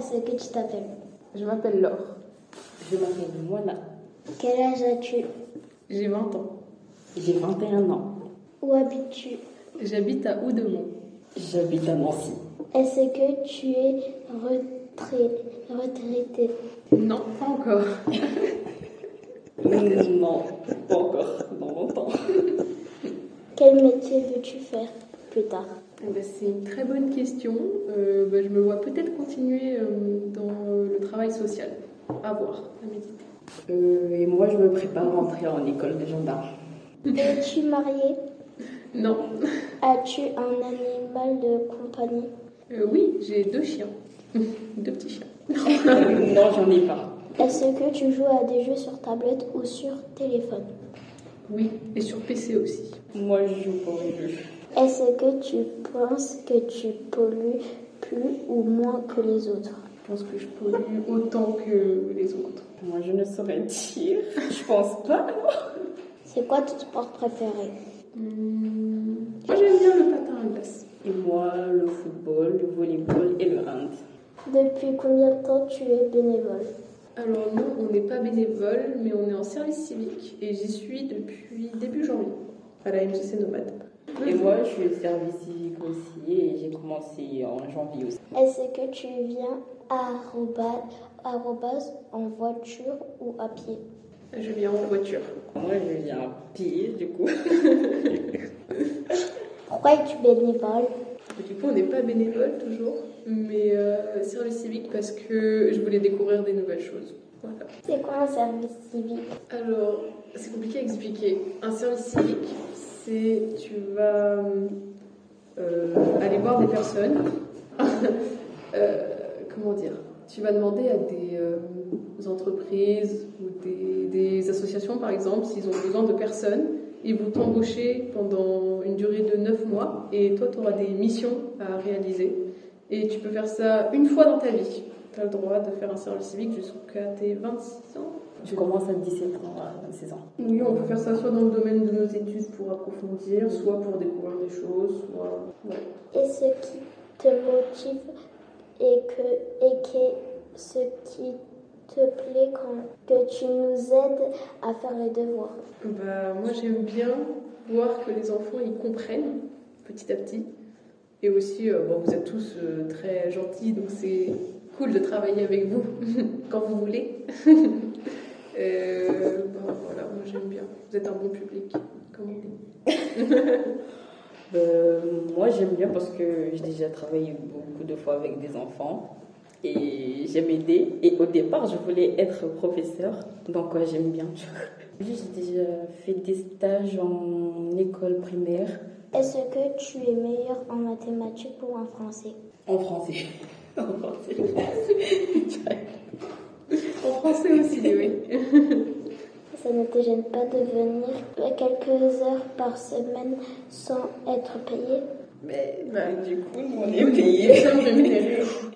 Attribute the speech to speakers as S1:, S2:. S1: ce que tu t'appelles
S2: Je m'appelle Laure.
S3: Je m'appelle Moana.
S1: Quel âge as-tu
S2: J'ai 20 ans.
S3: J'ai 21 ans.
S1: Où habites-tu
S2: J'habite à Oudemont.
S3: J'habite à Nancy.
S1: Est-ce que tu es retrai- retraité
S2: Non, pas encore.
S3: Non, pas encore, dans longtemps.
S1: Quel métier veux-tu faire plus tard
S2: Eh ben, c'est une très bonne question. Euh, ben, je me vois peut-être continuer euh, dans euh, le travail social. À voir, à méditer.
S3: Euh, et moi, je me prépare à entrer en école de gendarme.
S1: Es-tu marié
S2: Non.
S1: As-tu un animal de compagnie
S2: Euh, oui, j'ai deux chiens. deux petits chiens.
S3: non, j'en ai pas.
S1: Est-ce que tu joues à des jeux sur tablette ou sur téléphone
S2: Oui, et sur PC aussi.
S3: Moi, je joue pour les jeux.
S1: Est-ce que tu penses que tu pollues plus ou moins que les autres
S2: Je pense que je pollue autant que les autres.
S3: Moi, je ne saurais dire. Je pense pas.
S1: C'est quoi ton sport préféré
S2: Hmm. Moi, j'aime bien le patin à glace.
S3: Et moi, le football, le volleyball et le hand.
S1: Depuis combien de temps tu es bénévole
S2: Alors nous, on n'est pas bénévole, mais on est en service civique et j'y suis depuis début janvier à la MJC Nomade.
S3: Et moi, je suis au service civique aussi et j'ai commencé en janvier aussi.
S1: Est-ce que tu viens à Rabat- à Robaz en voiture ou à pied
S2: Je viens en voiture.
S3: Moi, je viens à pied, du coup.
S1: Pourquoi es-tu bénévole
S2: Du coup, on n'est pas bénévole toujours, mais euh, service civique parce que je voulais découvrir des nouvelles choses. Voilà.
S1: C'est quoi un service civique
S2: Alors, c'est compliqué à expliquer. Un service civique, c'est tu vas euh, aller voir des personnes. Euh, comment dire Tu vas demander à des euh, entreprises ou des, des associations, par exemple, s'ils ont besoin de personnes. Ils vont t'embaucher pendant une durée de 9 mois et toi, tu auras des missions à réaliser. Et tu peux faire ça une fois dans ta vie. Tu as le droit de faire un service civique jusqu'à tes 26 ans.
S3: Je commence à 17 ans, à 26 ans.
S2: Oui, on peut faire ça soit dans le domaine de nos études pour approfondir, soit pour découvrir des choses, soit. ouais.
S1: Et ce qui te motive et que et que ce qui te plaît quand que tu nous aides à faire les devoirs.
S2: Bah, moi, j'aime bien voir que les enfants ils comprennent petit à petit. Et aussi, euh, bon, vous êtes tous euh, très gentils, donc c'est cool de travailler avec vous quand vous voulez. Euh, bah, voilà, moi j'aime bien. Vous êtes un bon public. Comme on dit.
S3: Euh, moi, j'aime bien parce que j'ai déjà travaillé beaucoup de fois avec des enfants et j'aime aider. Et au départ, je voulais être professeur, donc ouais, j'aime bien. J'ai déjà fait des stages en école primaire
S1: Est-ce que tu es meilleur en mathématiques ou en français
S3: en français. En français.
S2: En français aussi, oui.
S1: Ça ne te gêne pas de venir quelques heures par semaine sans être payé
S3: Mais
S2: Ouais.
S3: bah, du coup, nous, on est payés.
S2: Nous sommes rémunérés.